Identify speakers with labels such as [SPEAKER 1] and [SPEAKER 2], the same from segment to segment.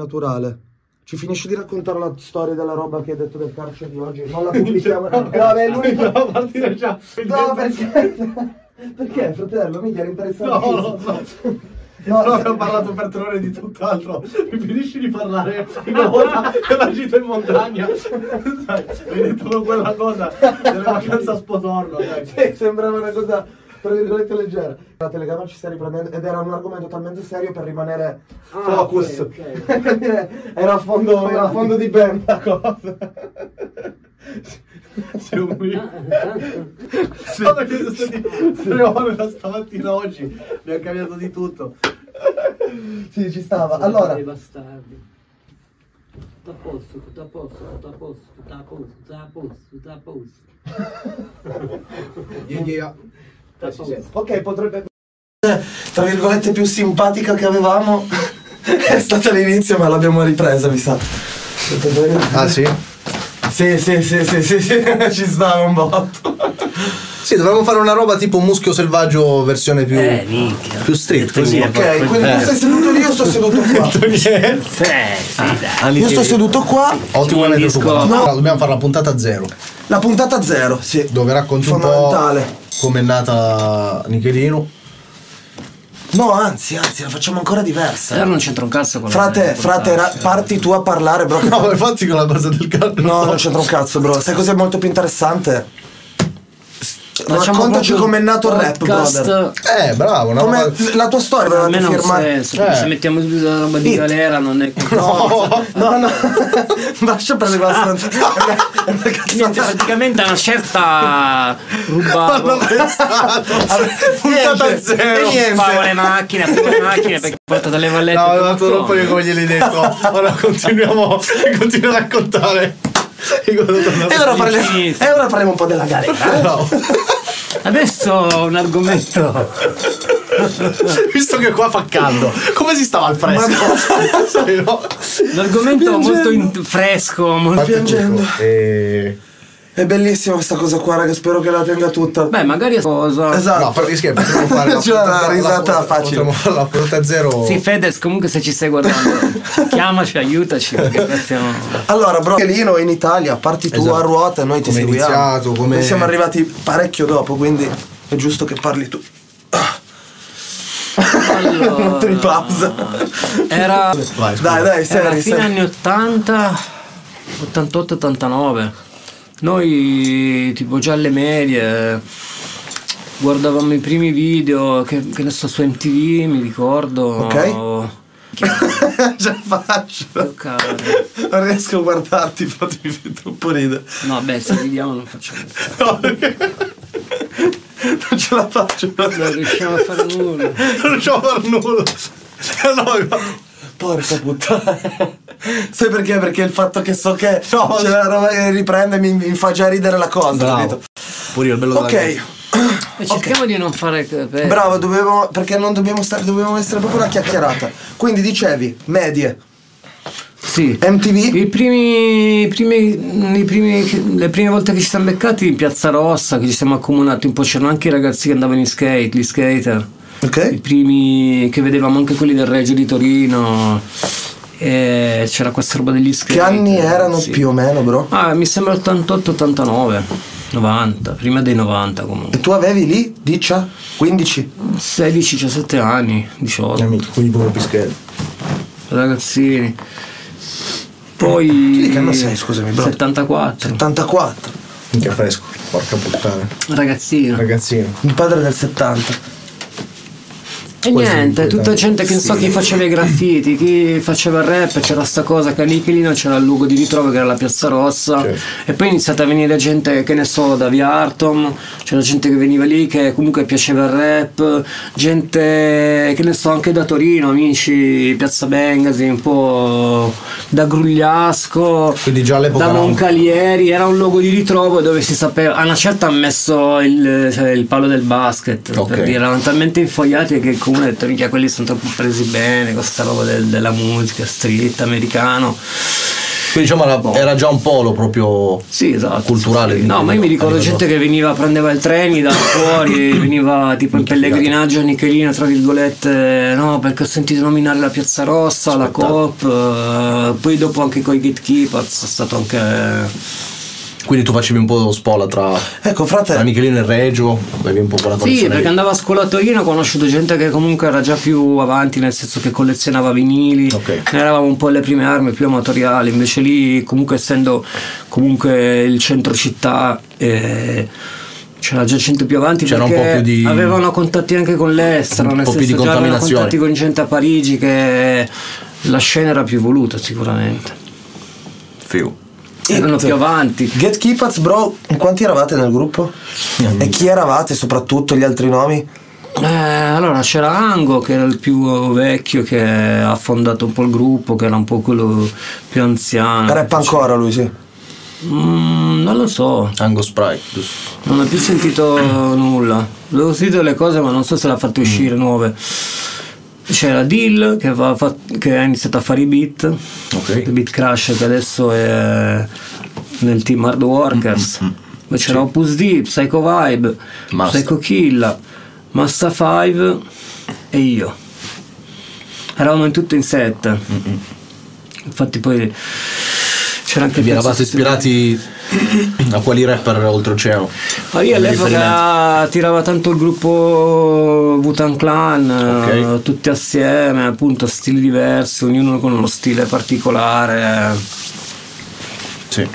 [SPEAKER 1] naturale. Ci finisci di raccontare la storia della roba che hai detto del carcere di oggi? Non la pubblichiamo. No, vabbè, è l'unica.
[SPEAKER 2] Dobbiamo partire già.
[SPEAKER 1] No, perché? Perché, fratello? Mica era interessante.
[SPEAKER 2] No, lo so. No, abbiamo parlato per tre ore di tutt'altro. Mi finisci di parlare una volta che la gita in montagna. Dai, hai detto con quella cosa della vacanza a Spotorno. Dai.
[SPEAKER 1] Sì, sembrava una cosa tra virgolette leggera. La telecamera ci sta riprendendo ed era un argomento talmente serio per rimanere
[SPEAKER 3] Ah,
[SPEAKER 1] focus.
[SPEAKER 3] ok,
[SPEAKER 1] era, a fondo, era a fondo di band la cosa.
[SPEAKER 2] Se Guarda che sono stati tre ore da stamattina a oggi. Abbiamo cambiato di tutto.
[SPEAKER 1] Sì, ci stava. Allora,
[SPEAKER 3] Dei bastardi. Tutto a posto, tutto a posto, tutto a posto, tutto a posto, tutto a posto, tutto a posto.
[SPEAKER 2] Yeah, yeah.
[SPEAKER 3] Tutto a posto.
[SPEAKER 1] ok, potrebbe... Tra virgolette più simpatica che avevamo è stata l'inizio ma l'abbiamo ripresa, mi sa.
[SPEAKER 4] Ah sì?
[SPEAKER 1] Sì, sì, sì, sì, sì, sì, ci stava un botto.
[SPEAKER 4] Sì, dovremmo fare una roba tipo muschio selvaggio versione più,
[SPEAKER 5] Eh, minchia.
[SPEAKER 4] più street. Così.
[SPEAKER 1] Ok, quindi tu sei seduto lì, io sto seduto qua.
[SPEAKER 5] Eh, sì, dai.
[SPEAKER 1] Io sto seduto qua,
[SPEAKER 4] Ah, Ottimo
[SPEAKER 5] Un
[SPEAKER 4] aneddoto.
[SPEAKER 5] disco-
[SPEAKER 4] No. Allora, Dobbiamo fare la puntata zero.
[SPEAKER 1] la puntata zero, sì.
[SPEAKER 4] Dove racconti un po'
[SPEAKER 1] Fondamentale.
[SPEAKER 4] come è nata Nichelino.
[SPEAKER 1] No, anzi, anzi, la facciamo ancora
[SPEAKER 5] Allora
[SPEAKER 1] diversa.
[SPEAKER 5] non c'entra un cazzo con la-
[SPEAKER 1] Frate,
[SPEAKER 5] con
[SPEAKER 1] frate,
[SPEAKER 5] la-
[SPEAKER 1] ra- parti tu a parlare, bro.
[SPEAKER 4] No, ma infatti con la base del calcio.
[SPEAKER 1] No, non c'entra un cazzo, bro. Sai cos'è molto più interessante?
[SPEAKER 5] Facciamo
[SPEAKER 1] Raccontaci
[SPEAKER 5] proprio
[SPEAKER 1] com'è
[SPEAKER 5] un
[SPEAKER 1] nato il rap,
[SPEAKER 5] podcast,
[SPEAKER 1] brother.
[SPEAKER 4] Eh, bravo, una
[SPEAKER 1] Come
[SPEAKER 4] roba-
[SPEAKER 1] la tua storia
[SPEAKER 5] Per me
[SPEAKER 1] veramente
[SPEAKER 5] non ha
[SPEAKER 1] firmare.
[SPEAKER 5] senso,
[SPEAKER 4] Eh.
[SPEAKER 5] se mettiamo subito la roba di
[SPEAKER 1] Hit.
[SPEAKER 5] galera non è che
[SPEAKER 1] No, no, no. Lascia prendere quella stanza. È una
[SPEAKER 5] Niente,
[SPEAKER 1] cazzata.
[SPEAKER 5] praticamente una certa rubavo
[SPEAKER 4] puntata
[SPEAKER 1] Niente.
[SPEAKER 4] zero.
[SPEAKER 1] E niente.
[SPEAKER 5] rubavo le macchine, rubavo le macchine perché ho portato le vallette
[SPEAKER 4] No,
[SPEAKER 5] tutto.
[SPEAKER 4] aveva troppo io come gliel'hai detto. Ora continuiamo. Continuo a raccontare. E quando torno-
[SPEAKER 1] E ora, parliamo,
[SPEAKER 5] Sì, sì.
[SPEAKER 1] e ora parliamo un po' della galera.
[SPEAKER 4] No.
[SPEAKER 5] Adesso ho un argomento
[SPEAKER 4] Visto che qua fa caldo, come si stava al fresco? Sai, no?
[SPEAKER 5] L'argomento molto in- fresco molto-
[SPEAKER 1] piangendo.
[SPEAKER 4] Eh,
[SPEAKER 1] È bellissima sta cosa qua, raga. Spero che la tenga tutta.
[SPEAKER 5] Beh magari è cosa
[SPEAKER 1] esatto.
[SPEAKER 4] No, però rischia, potremmo fare la
[SPEAKER 1] C'è la
[SPEAKER 4] puntata-
[SPEAKER 1] risata
[SPEAKER 4] la-
[SPEAKER 1] facile.
[SPEAKER 4] Potremmo fare la puntata zero.
[SPEAKER 5] Sì Fedez comunque se ci stai guardando Chiamaci, aiutaci perché qua stiamo-
[SPEAKER 1] Allora, bro, Lino in Italia, parti tu
[SPEAKER 4] Esatto.
[SPEAKER 1] a ruota, noi ti
[SPEAKER 4] Come è
[SPEAKER 1] seguiamo.
[SPEAKER 4] iniziato, come-
[SPEAKER 1] Noi siamo arrivati parecchio dopo, quindi è giusto che parli tu.
[SPEAKER 5] Allora,
[SPEAKER 1] Tre pause.
[SPEAKER 5] Ah. Era
[SPEAKER 4] Vai, scusa.
[SPEAKER 1] Dai, dai,
[SPEAKER 5] Era
[SPEAKER 1] seri,
[SPEAKER 5] fine
[SPEAKER 1] seri.
[SPEAKER 5] anni 80, 88, 89. Noi, tipo già alle medie, guardavamo i primi video, che, che ne so, su MTV, mi ricordo. Oh,
[SPEAKER 1] Ok. Ce la faccio.
[SPEAKER 5] Giocare.
[SPEAKER 1] Non riesco a guardarti, infatti mi fa troppo ridere.
[SPEAKER 5] No, beh, se vediamo non facciamo niente.
[SPEAKER 1] No, perché- non ce la faccio.
[SPEAKER 5] Non riusciamo a fare nulla.
[SPEAKER 4] Non riusciamo a fare nulla.
[SPEAKER 1] Eh,
[SPEAKER 4] No, ma-
[SPEAKER 1] Porca puttana. Sai perché? Perché il fatto che so che c'è la roba che riprende mi, mi fa già ridere la cosa, capito?
[SPEAKER 4] Pure io, il bello della
[SPEAKER 1] Ok,
[SPEAKER 4] cosa.
[SPEAKER 5] E cerchiamo di non fare... pe-
[SPEAKER 1] bravo, dovevo, perché non dobbiamo stare, dobbiamo essere proprio una chiacchierata. Quindi dicevi, medie,
[SPEAKER 5] Sì.
[SPEAKER 1] MTV,
[SPEAKER 5] I primi, i primi- i primi- le prime volte che ci siamo beccati in Piazza Rossa, che ci siamo accomunati un po', c'erano anche i ragazzi che andavano in skate, gli skater, i
[SPEAKER 1] ok?
[SPEAKER 5] primi che vedevamo anche quelli del Reggio di Torino, e c'era questa roba degli skate.
[SPEAKER 1] Che anni erano
[SPEAKER 5] sì.
[SPEAKER 1] più o meno, bro?
[SPEAKER 5] Ah, mi sembra 88, 89, 90, prima dei 90 comunque.
[SPEAKER 1] E tu avevi lì, dicia, 15?
[SPEAKER 5] 16, 17 anni, 18,
[SPEAKER 4] Amico, quindi proprio pischello.
[SPEAKER 5] ragazzini. Poi...
[SPEAKER 1] Sì, che anno sei, scusami, bro?
[SPEAKER 5] 74,
[SPEAKER 1] 84.
[SPEAKER 4] Minchia fresco. Porca puttana.
[SPEAKER 5] ragazzino.
[SPEAKER 4] Ragazzino.
[SPEAKER 1] Il padre del 70.
[SPEAKER 5] E
[SPEAKER 4] Quasi
[SPEAKER 5] niente,
[SPEAKER 4] due
[SPEAKER 5] tutta
[SPEAKER 4] danni.
[SPEAKER 5] gente che non so chi faceva i graffiti, chi faceva il rap, c'era sta cosa che a Nichelino c'era il luogo di ritrovo che era la Piazza Rossa
[SPEAKER 4] Certo.
[SPEAKER 5] e poi è iniziata a venire gente che ne so da via Artom, c'era gente che veniva lì che comunque piaceva il rap, gente che ne so anche da Torino, amici Piazza Bengasi, un po' da Grugliasco,
[SPEAKER 4] Quindi già all'epoca
[SPEAKER 5] da
[SPEAKER 4] no.
[SPEAKER 5] Moncalieri, era un luogo di ritrovo dove si sapeva, a una certa hanno messo il, cioè, il palo del basket,
[SPEAKER 4] Ok.
[SPEAKER 5] per dire, erano talmente infogliati che uno e ho detto minchia quelli sono troppo presi bene con sta roba del- della musica street americano
[SPEAKER 6] Quindi diciamo era, era già un polo proprio
[SPEAKER 5] sì, esatto,
[SPEAKER 6] culturale.
[SPEAKER 5] sì, sì.
[SPEAKER 6] di-
[SPEAKER 5] No, ma io mi ricordo
[SPEAKER 6] a livello-
[SPEAKER 5] gente che veniva, prendeva il treni da fuori, veniva tipo in pellegrinaggio a Nichelina, tra virgolette, no, perché ho sentito nominare la Piazza Rossa, la Coop, eh, poi dopo anche con i Gatekeepers è stato anche...
[SPEAKER 6] Quindi tu facevi un po' lo spola tra,
[SPEAKER 1] Ecco,
[SPEAKER 6] tra
[SPEAKER 1] frate,
[SPEAKER 6] Michelino e Reggio, avevi un po' quella
[SPEAKER 5] Sì,
[SPEAKER 6] connessione
[SPEAKER 5] perché
[SPEAKER 6] lì.
[SPEAKER 5] andavo a scuola a Torino, ho conosciuto gente che comunque era già più avanti, nel senso che collezionava vinili,
[SPEAKER 6] Ok.
[SPEAKER 5] noi eravamo un po' alle prime armi, più amatoriali, invece lì comunque essendo comunque il centro città eh, c'era già gente più avanti
[SPEAKER 6] C'era un
[SPEAKER 5] perché
[SPEAKER 6] po' più di-
[SPEAKER 5] avevano contatti anche con l'estero,
[SPEAKER 6] Un
[SPEAKER 5] nel
[SPEAKER 6] po' più
[SPEAKER 5] senso
[SPEAKER 6] di
[SPEAKER 5] già avevano
[SPEAKER 6] contaminazione.
[SPEAKER 5] contatti con gente a Parigi che la scena era più evoluta sicuramente.
[SPEAKER 6] Figo.
[SPEAKER 5] Erano più avanti.
[SPEAKER 1] Get Keepers, bro, in quanti eravate nel gruppo? E chi eravate soprattutto, gli altri nomi?
[SPEAKER 5] Eh, allora c'era Ango che era il più vecchio che ha fondato un po' il gruppo, che era un po' quello più
[SPEAKER 4] Ah,
[SPEAKER 5] anziano.
[SPEAKER 1] Rap ancora lui, sì.
[SPEAKER 5] Mm, non lo so,
[SPEAKER 6] Ango Sprite, giusto.
[SPEAKER 5] non ho più sentito nulla. Avevo sentito le cose ma non so se l'ha fatto uscire
[SPEAKER 6] Mm.
[SPEAKER 5] nuove. C'era Dill che, aveva fat- che ha iniziato a fare i beat,
[SPEAKER 6] Ok.
[SPEAKER 5] il beat Crash che adesso è nel team Hard Workers.
[SPEAKER 6] Mm,
[SPEAKER 5] Poi c'era Opus D, Psycho Vibe,
[SPEAKER 6] Masta.
[SPEAKER 5] Psycho Killa, Masta 5 e io. Eravamo in tutto in sette.
[SPEAKER 6] Mm,
[SPEAKER 5] Infatti poi c'era anche...
[SPEAKER 6] E vi
[SPEAKER 5] il
[SPEAKER 6] eravate
[SPEAKER 5] pezzo-
[SPEAKER 6] ispirati a quali rapper oltreoceano?
[SPEAKER 5] Ma io
[SPEAKER 6] Come riferimento.
[SPEAKER 5] all'epoca tirava tanto il gruppo Wutan Clan, eh,
[SPEAKER 6] Ok.
[SPEAKER 5] tutti assieme, appunto stili diversi, ognuno con uno stile particolare,
[SPEAKER 6] Sì.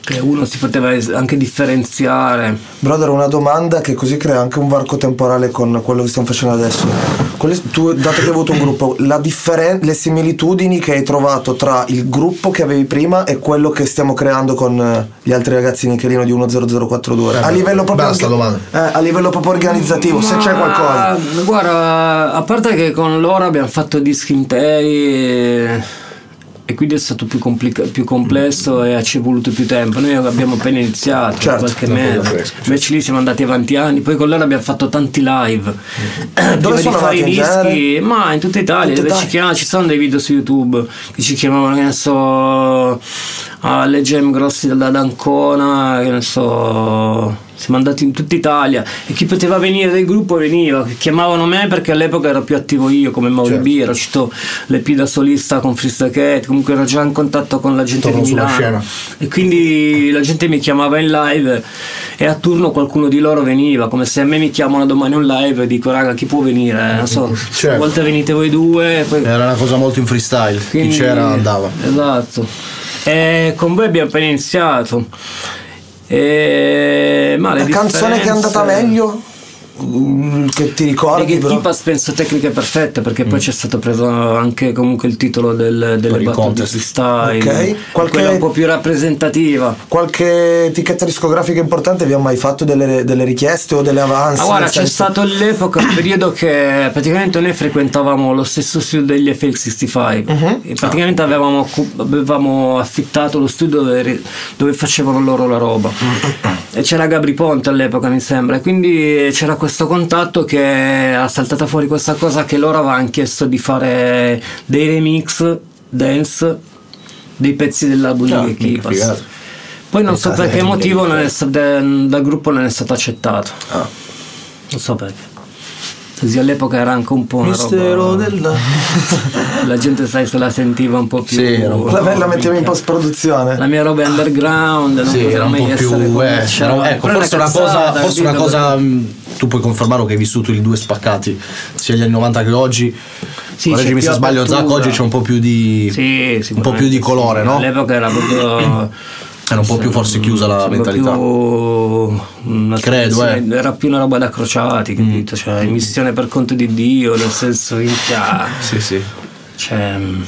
[SPEAKER 5] che uno si poteva es- anche differenziare.
[SPEAKER 1] Brother, una domanda che così crea anche un varco temporale con quello che stiamo facendo adesso. Quelle- tu, dato che hai avuto un gruppo, la differen- le similitudini che hai trovato tra il gruppo che avevi prima e quello che stiamo creando con eh, gli altri ragazzi Nichelino di 10042 a
[SPEAKER 4] beh,
[SPEAKER 1] livello proprio
[SPEAKER 4] Eh, basta
[SPEAKER 1] anche-
[SPEAKER 4] domanda.
[SPEAKER 1] eh, a livello proprio organizzativo, se c'è
[SPEAKER 5] Ma,
[SPEAKER 1] qualcosa.
[SPEAKER 5] Guarda, a parte che con loro abbiamo fatto dischi interi e, e quindi è stato più, complica- più complesso e ci è voluto più tempo. Noi abbiamo appena iniziato,
[SPEAKER 1] Certo,
[SPEAKER 5] qualche
[SPEAKER 4] dopo
[SPEAKER 5] mese.
[SPEAKER 4] da fresco,
[SPEAKER 5] Invece lì siamo andati avanti anni, poi con loro abbiamo fatto tanti live. Prima di
[SPEAKER 1] sono
[SPEAKER 5] fare i
[SPEAKER 1] andati in
[SPEAKER 5] dischi,
[SPEAKER 4] Eh.
[SPEAKER 1] genere?
[SPEAKER 5] ma in tutta Italia,
[SPEAKER 1] Tutta
[SPEAKER 5] dove ci
[SPEAKER 1] Italia.
[SPEAKER 5] chiamavano, ci sono dei video su YouTube che ci chiamavano, che ne so, alle gem grossi da da Ancona, che ne so. Siamo andati in tutta Italia e chi poteva venire del gruppo veniva. Chiamavano me perché all'epoca ero più attivo io come Mauri
[SPEAKER 4] Certo.
[SPEAKER 5] B, ero uscito l'EP da solista con Freestyle Cat, comunque ero già in contatto con la gente
[SPEAKER 4] Torno
[SPEAKER 5] di
[SPEAKER 4] sulla
[SPEAKER 5] Milano.
[SPEAKER 4] scena.
[SPEAKER 5] E quindi la gente mi chiamava in live e a turno qualcuno di loro veniva, come se a me mi chiamano domani un live e dico raga chi può venire? Non so,
[SPEAKER 4] Certo.
[SPEAKER 5] a volte venite voi due. e Poi...
[SPEAKER 4] Era una cosa molto in freestyle.
[SPEAKER 5] Quindi-
[SPEAKER 4] Chi c'era andava.
[SPEAKER 5] Esatto. E con voi abbiamo appena iniziato. E... Ma le
[SPEAKER 1] La canzone che è andata
[SPEAKER 5] differenze-
[SPEAKER 1] meglio? Mm, Che ti
[SPEAKER 5] e
[SPEAKER 1] ricordi,
[SPEAKER 5] che
[SPEAKER 1] bro?
[SPEAKER 5] Kipas penso tecniche perfette perché
[SPEAKER 4] Mm.
[SPEAKER 5] poi c'è stato preso anche comunque il titolo del, delle battute
[SPEAKER 6] il
[SPEAKER 5] di
[SPEAKER 6] contest.
[SPEAKER 5] freestyle
[SPEAKER 1] Ok. Qualche-
[SPEAKER 5] quella un po' più rappresentativa
[SPEAKER 1] Qualche etichetta discografica importante vi ha mai fatto delle, delle richieste o delle avance?
[SPEAKER 5] Ma guarda,
[SPEAKER 1] nel
[SPEAKER 5] c'è
[SPEAKER 1] senso-
[SPEAKER 5] stato l'epoca, un periodo che praticamente noi frequentavamo lo stesso studio degli FL65 e praticamente avevamo, occu- avevamo affittato lo studio dove, ri- dove facevano loro la roba. E c'era Gabri Ponte all'epoca, mi sembra, e quindi c'era questo contatto che ha saltata fuori questa cosa che loro avevano chiesto di fare dei remix dance dei pezzi dell'album
[SPEAKER 6] Ah,
[SPEAKER 5] di
[SPEAKER 6] mica figata.
[SPEAKER 5] Kipas. Poi non so
[SPEAKER 4] Pensate,
[SPEAKER 5] per che
[SPEAKER 4] eh,
[SPEAKER 5] motivo non è sta- dal gruppo non è stato accettato.
[SPEAKER 6] Ah.
[SPEAKER 5] Non so perché. Così all'epoca era anche un po' una
[SPEAKER 6] Mistero
[SPEAKER 5] roba,
[SPEAKER 6] della...
[SPEAKER 5] la gente sai se la sentiva un po' più
[SPEAKER 6] Sì, era un po'-
[SPEAKER 1] La, la mettevi in post-produzione.
[SPEAKER 5] la mia roba è underground non
[SPEAKER 6] Sì,
[SPEAKER 5] poteva
[SPEAKER 6] era un
[SPEAKER 5] mai
[SPEAKER 6] po' più.
[SPEAKER 5] essere
[SPEAKER 6] eh,
[SPEAKER 5] commerciale.
[SPEAKER 6] era- ecco,
[SPEAKER 5] Però
[SPEAKER 6] forse una cosa.
[SPEAKER 5] cazzata,
[SPEAKER 6] Forse una
[SPEAKER 5] capito?
[SPEAKER 6] cosa mh, tu puoi confermarlo che hai vissuto i due spaccati, sia gli anni 90 che oggi.
[SPEAKER 5] Sì,
[SPEAKER 6] Ma
[SPEAKER 5] c'è
[SPEAKER 6] Reggimi
[SPEAKER 5] più
[SPEAKER 6] se sbaglio,
[SPEAKER 5] apertura.
[SPEAKER 6] Zac oggi c'è un po' più di.
[SPEAKER 5] Sì,
[SPEAKER 6] un po' più di colore,
[SPEAKER 5] sì.
[SPEAKER 6] no?
[SPEAKER 5] all'epoca era proprio
[SPEAKER 6] Era un po' più forse chiusa la
[SPEAKER 5] Sembra
[SPEAKER 6] mentalità.
[SPEAKER 5] più una
[SPEAKER 6] Credo, eh. Mm.
[SPEAKER 5] Era più una roba da crociati, capito? Cioè, missione per conto di Dio, nel senso, minchia.
[SPEAKER 6] Sì, sì.
[SPEAKER 5] Cioè, non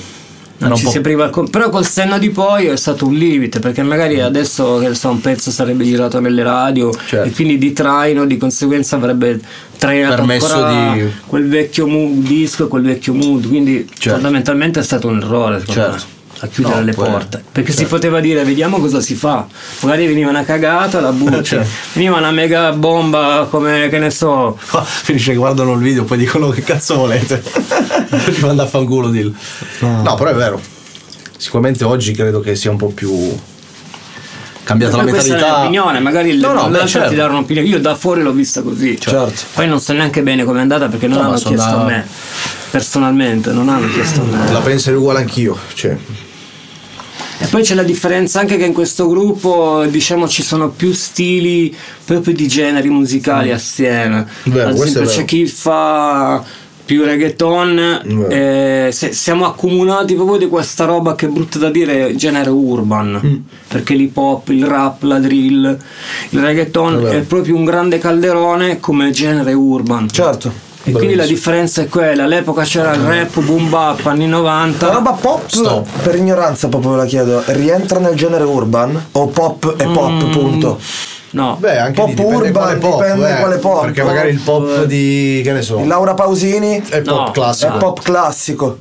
[SPEAKER 6] Era un
[SPEAKER 5] ci
[SPEAKER 6] po'-
[SPEAKER 5] si apriva il con- Però col senno di poi è stato un limite, perché
[SPEAKER 6] Mm.
[SPEAKER 5] magari adesso che ne so, un pezzo sarebbe girato nelle radio
[SPEAKER 6] Certo.
[SPEAKER 5] e quindi di traino, di conseguenza avrebbe trainato
[SPEAKER 6] Permesso
[SPEAKER 5] ancora
[SPEAKER 6] di-
[SPEAKER 5] quel vecchio mu- disco e quel vecchio mood. Quindi
[SPEAKER 6] Certo.
[SPEAKER 5] fondamentalmente è stato un errore, secondo
[SPEAKER 6] Certo.
[SPEAKER 5] me. a chiudere
[SPEAKER 6] No,
[SPEAKER 5] le
[SPEAKER 6] poi- certo.
[SPEAKER 5] porte perché si poteva dire vediamo cosa si fa magari veniva una cagata la butti
[SPEAKER 6] Certo.
[SPEAKER 5] veniva una mega bomba come che ne so
[SPEAKER 6] Qua finisce che guardano il video poi dicono che cazzo volete ci manda a fanculo dillo no. però è vero sicuramente oggi credo che sia un po' più cambiata la
[SPEAKER 5] Poi questa è
[SPEAKER 6] mentalità
[SPEAKER 5] un'opinione magari
[SPEAKER 6] No,
[SPEAKER 5] no,
[SPEAKER 6] no, beh, certo.
[SPEAKER 5] ti dare un'opinione io da fuori l'ho vista così cioè,
[SPEAKER 1] Certo.
[SPEAKER 5] poi non so neanche bene com'è andata perché non
[SPEAKER 6] No, ma
[SPEAKER 5] hanno
[SPEAKER 6] sono
[SPEAKER 5] chiesto
[SPEAKER 6] da-
[SPEAKER 5] a me personalmente non hanno chiesto a me
[SPEAKER 6] la penserei uguale anch'io cioè
[SPEAKER 5] E poi c'è la differenza anche che in questo gruppo diciamo ci sono più stili proprio di generi musicali assieme.
[SPEAKER 6] Vero,
[SPEAKER 5] Ad
[SPEAKER 6] Mm. questo è
[SPEAKER 5] esempio
[SPEAKER 6] vero.
[SPEAKER 5] c'è chi fa più reggaeton, eh, se- siamo accomunati proprio di questa roba che è brutta da dire genere urban,
[SPEAKER 6] Mm.
[SPEAKER 5] perché l'hip hop, il rap, la drill, il reggaeton è,
[SPEAKER 6] vero.
[SPEAKER 5] proprio un grande calderone come genere urban.
[SPEAKER 1] Certo.
[SPEAKER 5] E quindi la differenza è quella, all'epoca c'era il rap, boom bap, anni 90.
[SPEAKER 1] La roba pop,
[SPEAKER 6] Stop.
[SPEAKER 1] per ignoranza proprio ve la chiedo, rientra nel genere urban? O pop è pop,
[SPEAKER 5] Mm.
[SPEAKER 1] punto?
[SPEAKER 5] No,
[SPEAKER 6] beh anche
[SPEAKER 1] Pop
[SPEAKER 6] lì dipende
[SPEAKER 1] urban,
[SPEAKER 6] quale pop,
[SPEAKER 1] dipende
[SPEAKER 6] eh,
[SPEAKER 1] quale pop.
[SPEAKER 6] perché magari il pop di che ne so
[SPEAKER 1] Laura Pausini
[SPEAKER 6] è pop
[SPEAKER 5] No.
[SPEAKER 6] classico
[SPEAKER 1] è pop classico.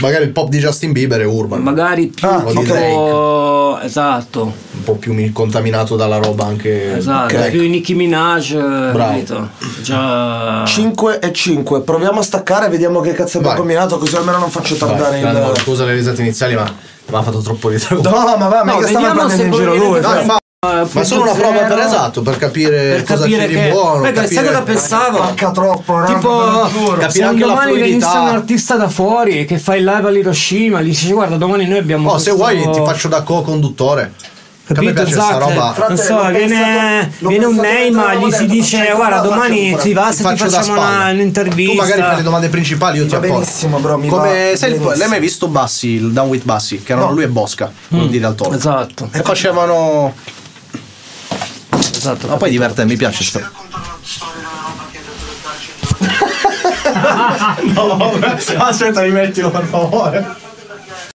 [SPEAKER 6] magari il pop di Justin Bieber è urban
[SPEAKER 5] magari più
[SPEAKER 1] Ah,
[SPEAKER 5] tipo- esatto
[SPEAKER 6] un po' più mi- contaminato dalla roba anche
[SPEAKER 5] esatto
[SPEAKER 6] Ecco.
[SPEAKER 5] più Nicki Minaj eh,
[SPEAKER 6] Bravo.
[SPEAKER 5] capito? già
[SPEAKER 1] 5 e 5, proviamo a staccare e vediamo che cazzo abbiamo
[SPEAKER 6] Vai.
[SPEAKER 1] combinato così almeno non faccio tardare
[SPEAKER 6] Vai, Fernando,
[SPEAKER 1] il...
[SPEAKER 6] scusa le risate iniziali ma mi ha fatto troppo ridere
[SPEAKER 1] No, ma va, mica stava
[SPEAKER 5] vediamo
[SPEAKER 1] prendendo
[SPEAKER 5] se
[SPEAKER 1] in giro
[SPEAKER 5] poi
[SPEAKER 1] lui.
[SPEAKER 5] viene
[SPEAKER 1] cioè.
[SPEAKER 5] fuori-
[SPEAKER 6] ma,
[SPEAKER 5] Eh,
[SPEAKER 6] ma
[SPEAKER 5] punto
[SPEAKER 6] solo una prova
[SPEAKER 5] zero,
[SPEAKER 6] per esatto per capire
[SPEAKER 5] per
[SPEAKER 6] cosa
[SPEAKER 5] capire
[SPEAKER 6] c'è
[SPEAKER 5] che
[SPEAKER 6] di buono
[SPEAKER 5] perché sai cosa pensavo
[SPEAKER 1] Manca troppo, raga,
[SPEAKER 5] tipo
[SPEAKER 1] te lo giuro.
[SPEAKER 6] Capire
[SPEAKER 5] se un
[SPEAKER 6] anche la
[SPEAKER 5] domani
[SPEAKER 6] fluidità.
[SPEAKER 5] venisse un artista da fuori che fa il live all'Hiroshima gli dice guarda domani noi abbiamo
[SPEAKER 6] oh se
[SPEAKER 5] questo-
[SPEAKER 6] vuoi ti faccio da co-conduttore Che a me
[SPEAKER 5] Capito
[SPEAKER 6] piace
[SPEAKER 5] Zac?
[SPEAKER 6] sta roba
[SPEAKER 1] Fra-
[SPEAKER 5] Non so,
[SPEAKER 1] L'ho pensato-
[SPEAKER 5] viene,
[SPEAKER 1] l'ho
[SPEAKER 5] viene un
[SPEAKER 1] pensato
[SPEAKER 5] Neymar,
[SPEAKER 1] mentre
[SPEAKER 5] gli si
[SPEAKER 1] l'avevo detto,
[SPEAKER 5] dice
[SPEAKER 1] faccio
[SPEAKER 5] guarda
[SPEAKER 1] qua,
[SPEAKER 5] domani
[SPEAKER 1] faccio
[SPEAKER 5] ti va Ah, se ti
[SPEAKER 6] da
[SPEAKER 5] facciamo
[SPEAKER 6] spalla.
[SPEAKER 5] una, un'intervista.
[SPEAKER 6] tu magari fai le domande principali io
[SPEAKER 1] Mi
[SPEAKER 6] ti
[SPEAKER 1] va
[SPEAKER 6] appoggio
[SPEAKER 1] benissimo, bro, mi
[SPEAKER 6] come
[SPEAKER 1] va
[SPEAKER 6] sai il-
[SPEAKER 1] benissimo.
[SPEAKER 6] lei mai visto Bassi il Down with Bassi che erano
[SPEAKER 1] No.
[SPEAKER 6] lui e Bosca
[SPEAKER 5] Mm.
[SPEAKER 6] di Daltoro
[SPEAKER 5] Esatto,
[SPEAKER 6] e facevano
[SPEAKER 5] esatto.
[SPEAKER 6] ma poi diverte mi piace sta-
[SPEAKER 4] No, aspetta, rimettilo per favore.